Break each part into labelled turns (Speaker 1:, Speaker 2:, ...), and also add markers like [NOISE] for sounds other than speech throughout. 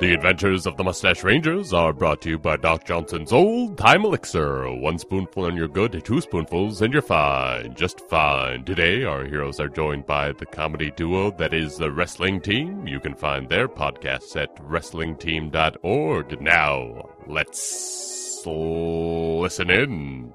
Speaker 1: The Adventures of the Mustache Rangers are brought to you by Doc Johnson's Old Time Elixir. One spoonful and you're good, two spoonfuls and you're fine, just fine. Today, our heroes are joined by the comedy duo that is the Wrestling Team. You can find their podcasts at wrestlingteam.org. Now, let's listen in.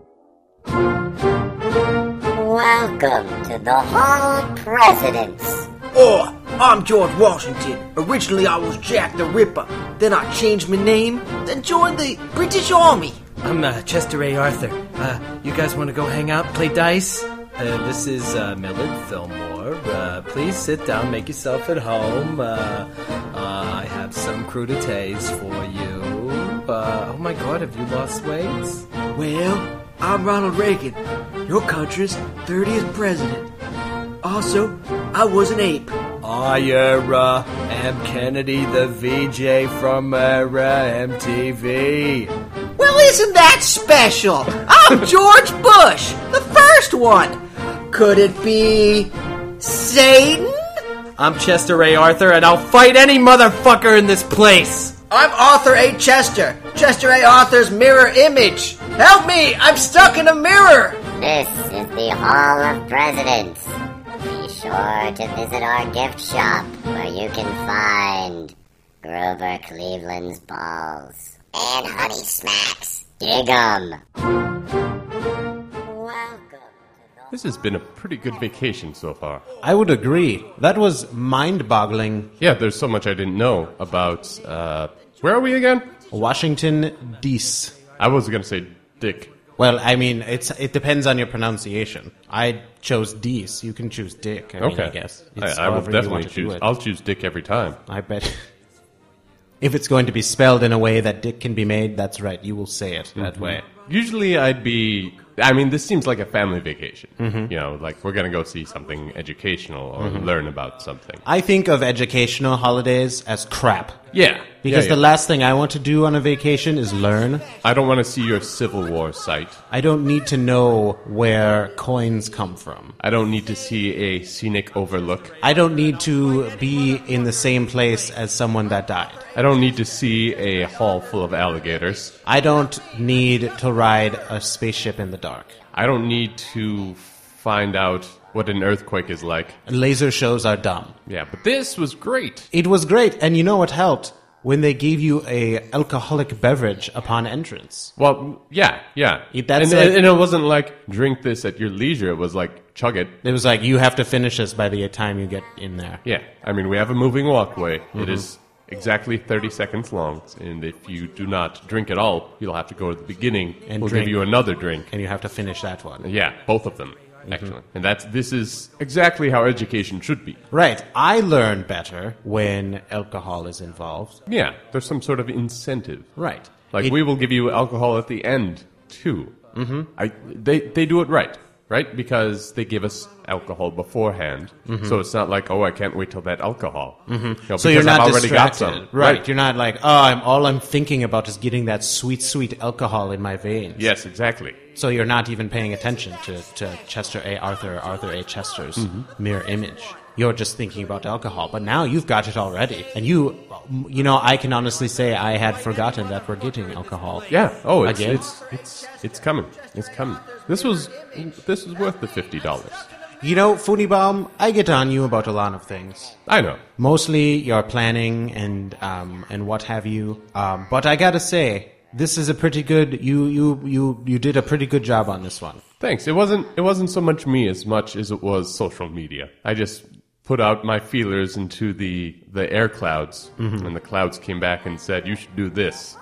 Speaker 2: Welcome to the Hall of Presidents.
Speaker 3: Or, Oh, I'm George Washington. Originally, I was Jack the Ripper. Then I changed my name, then joined the British Army.
Speaker 4: I'm uh, Chester A. Arthur. Uh, you guys want to go hang out, play dice? Uh, this is uh, Millard Fillmore. Uh, please sit down, make yourself at home. Uh, uh, I have some crudités for you. Uh, oh my god, have you lost weight?
Speaker 3: Well, I'm Ronald Reagan, your country's 30th president. Also, I was an ape.
Speaker 4: Ira uh, M. Kennedy, the VJ from uh, era MTV.
Speaker 3: Well, isn't that special? I'm George Bush, the first one. Could it be Satan?
Speaker 4: I'm Chester A. Arthur, and I'll fight any motherfucker in this place.
Speaker 3: I'm Arthur A. Chester, Chester A. Arthur's mirror image. Help me, I'm stuck in a mirror.
Speaker 2: This is the Hall of Presidents. Be sure to visit our gift shop where you can find Grover Cleveland's balls and Honey Smacks. Dig 'em. Welcome.
Speaker 1: This has been a pretty good vacation so far.
Speaker 5: I would agree. That was mind boggling.
Speaker 1: Yeah, there's so much I didn't know about. Uh, where are we again?
Speaker 5: Washington, Dees.
Speaker 1: I was going to say Dick.
Speaker 5: Well, I mean, it's it depends on your pronunciation. I chose Dees. You can choose Dick. I mean,
Speaker 1: Okay.
Speaker 5: I guess.
Speaker 1: I,
Speaker 5: It's
Speaker 1: I will
Speaker 5: however you want
Speaker 1: definitely
Speaker 5: to do
Speaker 1: choose.
Speaker 5: it.
Speaker 1: I'll choose Dick every time.
Speaker 5: I bet. [LAUGHS] If it's going to be spelled in a way that Dick can be made, that's right. You will say it that
Speaker 1: Mm-hmm.
Speaker 5: way.
Speaker 1: Usually I'd be. I mean, this seems like a family vacation.
Speaker 5: Mm-hmm.
Speaker 1: You know, like we're going to go see something educational or learn about something.
Speaker 5: I think of educational holidays as crap.
Speaker 1: Yeah.
Speaker 5: Because
Speaker 1: yeah,
Speaker 5: the last thing I want to do on a vacation is learn.
Speaker 1: yeah. I don't want to see your Civil War site.
Speaker 5: I don't need to know where coins come from.
Speaker 1: I don't need to see a scenic overlook.
Speaker 5: I don't need to be in the same place as someone that died.
Speaker 1: I don't need to see a hall full of alligators.
Speaker 5: I don't need to ride a spaceship in the dark.
Speaker 1: I don't need to find out what an earthquake is like.
Speaker 5: Laser shows are dumb.
Speaker 1: Yeah, but this was great.
Speaker 5: It was great, and you know what helped? When they gave you a alcoholic beverage upon entrance.
Speaker 1: Well, yeah, yeah.
Speaker 5: Eat that
Speaker 1: and,
Speaker 5: salad.
Speaker 1: and it wasn't like drink this at your leisure. It was like chug it.
Speaker 5: It was like, you have to finish this by the time you get in there.
Speaker 1: Yeah. I mean, we have a moving walkway. It
Speaker 5: Mm-hmm.
Speaker 1: is exactly 30 seconds long. And if you do not drink at all, you'll have to go to the beginning.
Speaker 5: And
Speaker 1: we'll
Speaker 5: drink.
Speaker 1: give you another drink.
Speaker 5: And you have to finish that one.
Speaker 1: Yeah, both of them.
Speaker 5: Mm-hmm.
Speaker 1: Excellent. And that's this is exactly how education should be.
Speaker 5: Right, I learn better when alcohol is involved.
Speaker 1: Yeah, there's some sort of incentive.
Speaker 5: Right.
Speaker 1: Like
Speaker 5: It-
Speaker 1: we will give you alcohol at the end too. Mm-hmm. I, they they do it right, right? Because they give us alcohol beforehand, so it's not like oh I can't wait till that alcohol. Mm-hmm.
Speaker 5: Mm-hmm. So you're not
Speaker 1: I've already got
Speaker 5: distracted.
Speaker 1: some,
Speaker 5: right. You're not like, oh, I'm all I'm thinking about is getting that sweet, sweet alcohol in my veins.
Speaker 1: Yes, exactly.
Speaker 5: So you're not even paying attention to, to Chester A. Arthur, Arthur A. Chester's
Speaker 1: Mm-hmm.
Speaker 5: mirror image. You're just thinking about alcohol, but now you've got it already, and you, you know, I can honestly say I had forgotten that we're getting alcohol.
Speaker 1: Yeah. Oh, it's
Speaker 5: Again?
Speaker 1: it's it's it's coming. It's coming. This was this was worth the fifty dollars.
Speaker 5: You know, Funibom, I get on you about a lot of things.
Speaker 1: I know.
Speaker 5: mostly your planning and um, and what have you. Um, but I gotta say, this is a pretty good. You you you you did a pretty good job on this one.
Speaker 1: Thanks. It wasn't it wasn't so much me as much as it was social media. I just put out my feelers into the the air clouds,
Speaker 5: Mm-hmm.
Speaker 1: and the clouds came back and said, "You should do this."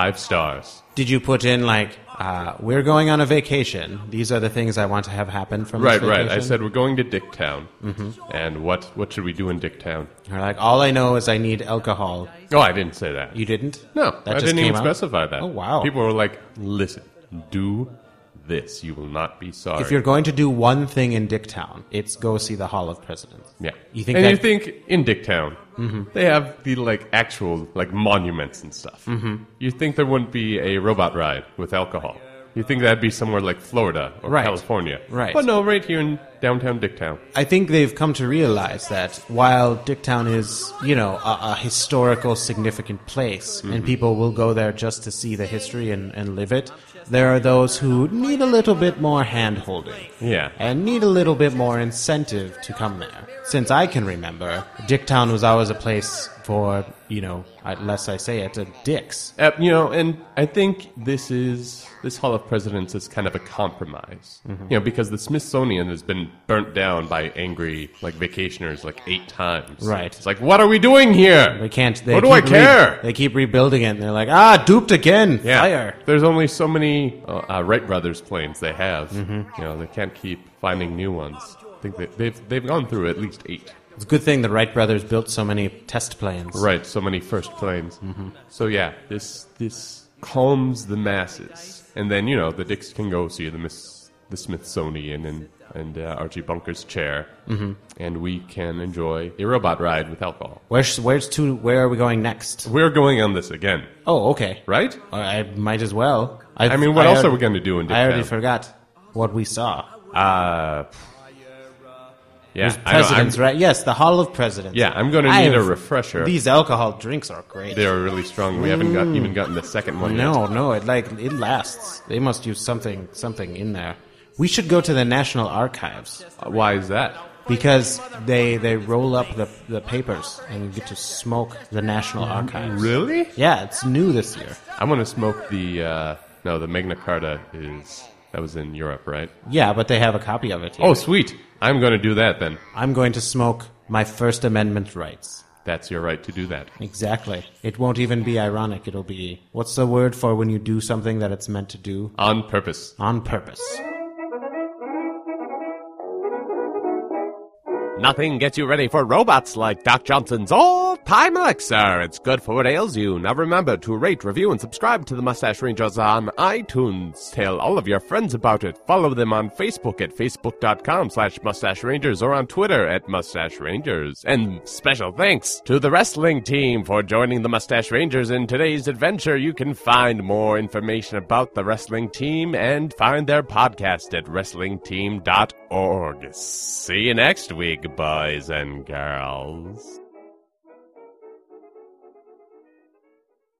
Speaker 1: Five stars.
Speaker 5: Did you put in like uh, we're going on a vacation? These are the things I want to have happen from
Speaker 1: Right,
Speaker 5: This
Speaker 1: right. I
Speaker 5: vacation? Mm-hmm.
Speaker 1: said we're going to Dicktown, and what what should we do in Dicktown?
Speaker 5: You're like all I know is I need alcohol.
Speaker 1: Oh, I didn't say that.
Speaker 5: You didn't?
Speaker 1: no,
Speaker 5: that
Speaker 1: I
Speaker 5: just
Speaker 1: didn't
Speaker 5: came
Speaker 1: even
Speaker 5: out?
Speaker 1: specify that.
Speaker 5: Oh wow!
Speaker 1: People were like, "Listen, do this. You will not be sorry."
Speaker 5: if you're going to do one thing in Dicktown, it's go see the Hall of Presidents.
Speaker 1: Yeah.
Speaker 5: You think
Speaker 1: and
Speaker 5: that- Mm-hmm.
Speaker 1: you think in Dicktown, they have the like actual like monuments and stuff. Mm-hmm. You think there wouldn't be a robot ride with alcohol? You think that'd be somewhere like Florida or
Speaker 5: Right.
Speaker 1: California.
Speaker 5: Right.
Speaker 1: But no, right here in downtown Dicktown.
Speaker 5: I think they've come to realize that while Dicktown is, you know, a, a historical significant place and
Speaker 1: Mm-hmm.
Speaker 5: people will go there just to see the history and, and live it, there are those who need a little bit more hand holding.
Speaker 1: Yeah.
Speaker 5: And need a little bit more incentive to come there. Since I can remember, Dicktown was always a place for, you know, unless I say it, a dicks.
Speaker 1: Uh, you know, and I think this is this Hall of Presidents is kind of a compromise.
Speaker 5: Mm-hmm.
Speaker 1: You know, because the Smithsonian has been burnt down by angry like vacationers like eight times.
Speaker 5: Right.
Speaker 1: It's like, what are we doing here?
Speaker 5: They can't. They
Speaker 1: what do I
Speaker 5: keep re-
Speaker 1: care?
Speaker 5: they keep rebuilding it, and they're like, "Ah, duped again!
Speaker 1: yeah.
Speaker 5: Fire!"
Speaker 1: There's only so many uh, uh, Wright brothers planes they have.
Speaker 5: Mm-hmm.
Speaker 1: You know, they can't keep finding new ones. I think they, they've they've gone through at least eight.
Speaker 5: It's a good thing the Wright brothers built so many test planes.
Speaker 1: Right, so many first planes.
Speaker 5: Mm-hmm.
Speaker 1: So yeah, this this calms the masses, and then you know the Dicks can go see the Miss, the Smithsonian and and uh, Archie Bunker's chair, mm-hmm. and we can enjoy a robot ride with alcohol.
Speaker 5: Where's where's two? Where are we going next?
Speaker 1: We're going on this again,
Speaker 5: Oh, okay.
Speaker 1: right?
Speaker 5: I I might as well. I've-
Speaker 1: I mean, what else
Speaker 5: already-
Speaker 1: are we going to do in
Speaker 5: I already
Speaker 1: Dicktown?
Speaker 5: forgot what we saw.
Speaker 1: uh, pff. yeah, I know, I'm-
Speaker 5: Presidents, right? Yes, the Hall of Presidents.
Speaker 1: Yeah, I'm gonna
Speaker 5: I
Speaker 1: need a
Speaker 5: have-
Speaker 1: refresher.
Speaker 5: These alcohol drinks are great.
Speaker 1: They are really strong. We haven't got, even gotten the second one yet.
Speaker 5: No, no, it like it lasts. They must use something something in there. We should go to the National Archives.
Speaker 1: Uh, Why is that?
Speaker 5: Because they they roll up the, the papers and you get to smoke the National Archives.
Speaker 1: Really?
Speaker 5: Yeah, it's new this year.
Speaker 1: I want to smoke the uh, no, the Magna Carta is that was in Europe, right?
Speaker 5: Yeah, but they have a copy of it. Here.
Speaker 1: Oh, sweet! I'm going to do that then.
Speaker 5: I'm going to smoke my First Amendment rights.
Speaker 1: That's your right to do that.
Speaker 5: Exactly. It won't even be ironic. It'll be what's the word for when you do something that it's meant to do
Speaker 1: On purpose.
Speaker 5: on purpose?
Speaker 1: Nothing gets you ready for robots like Doc Johnson's All Time Elixir. It's good for what ails you. Now remember to rate, review, and subscribe to the Mustache Rangers on iTunes. Tell all of your friends about it. Follow them on Facebook at facebook.com slash mustache rangers or on Twitter at mustache rangers. And special thanks to the wrestling team for joining the Mustache Rangers in today's adventure. You can find more information about the wrestling team and find their podcast at wrestlingteam.org. See you next week, boys and girls.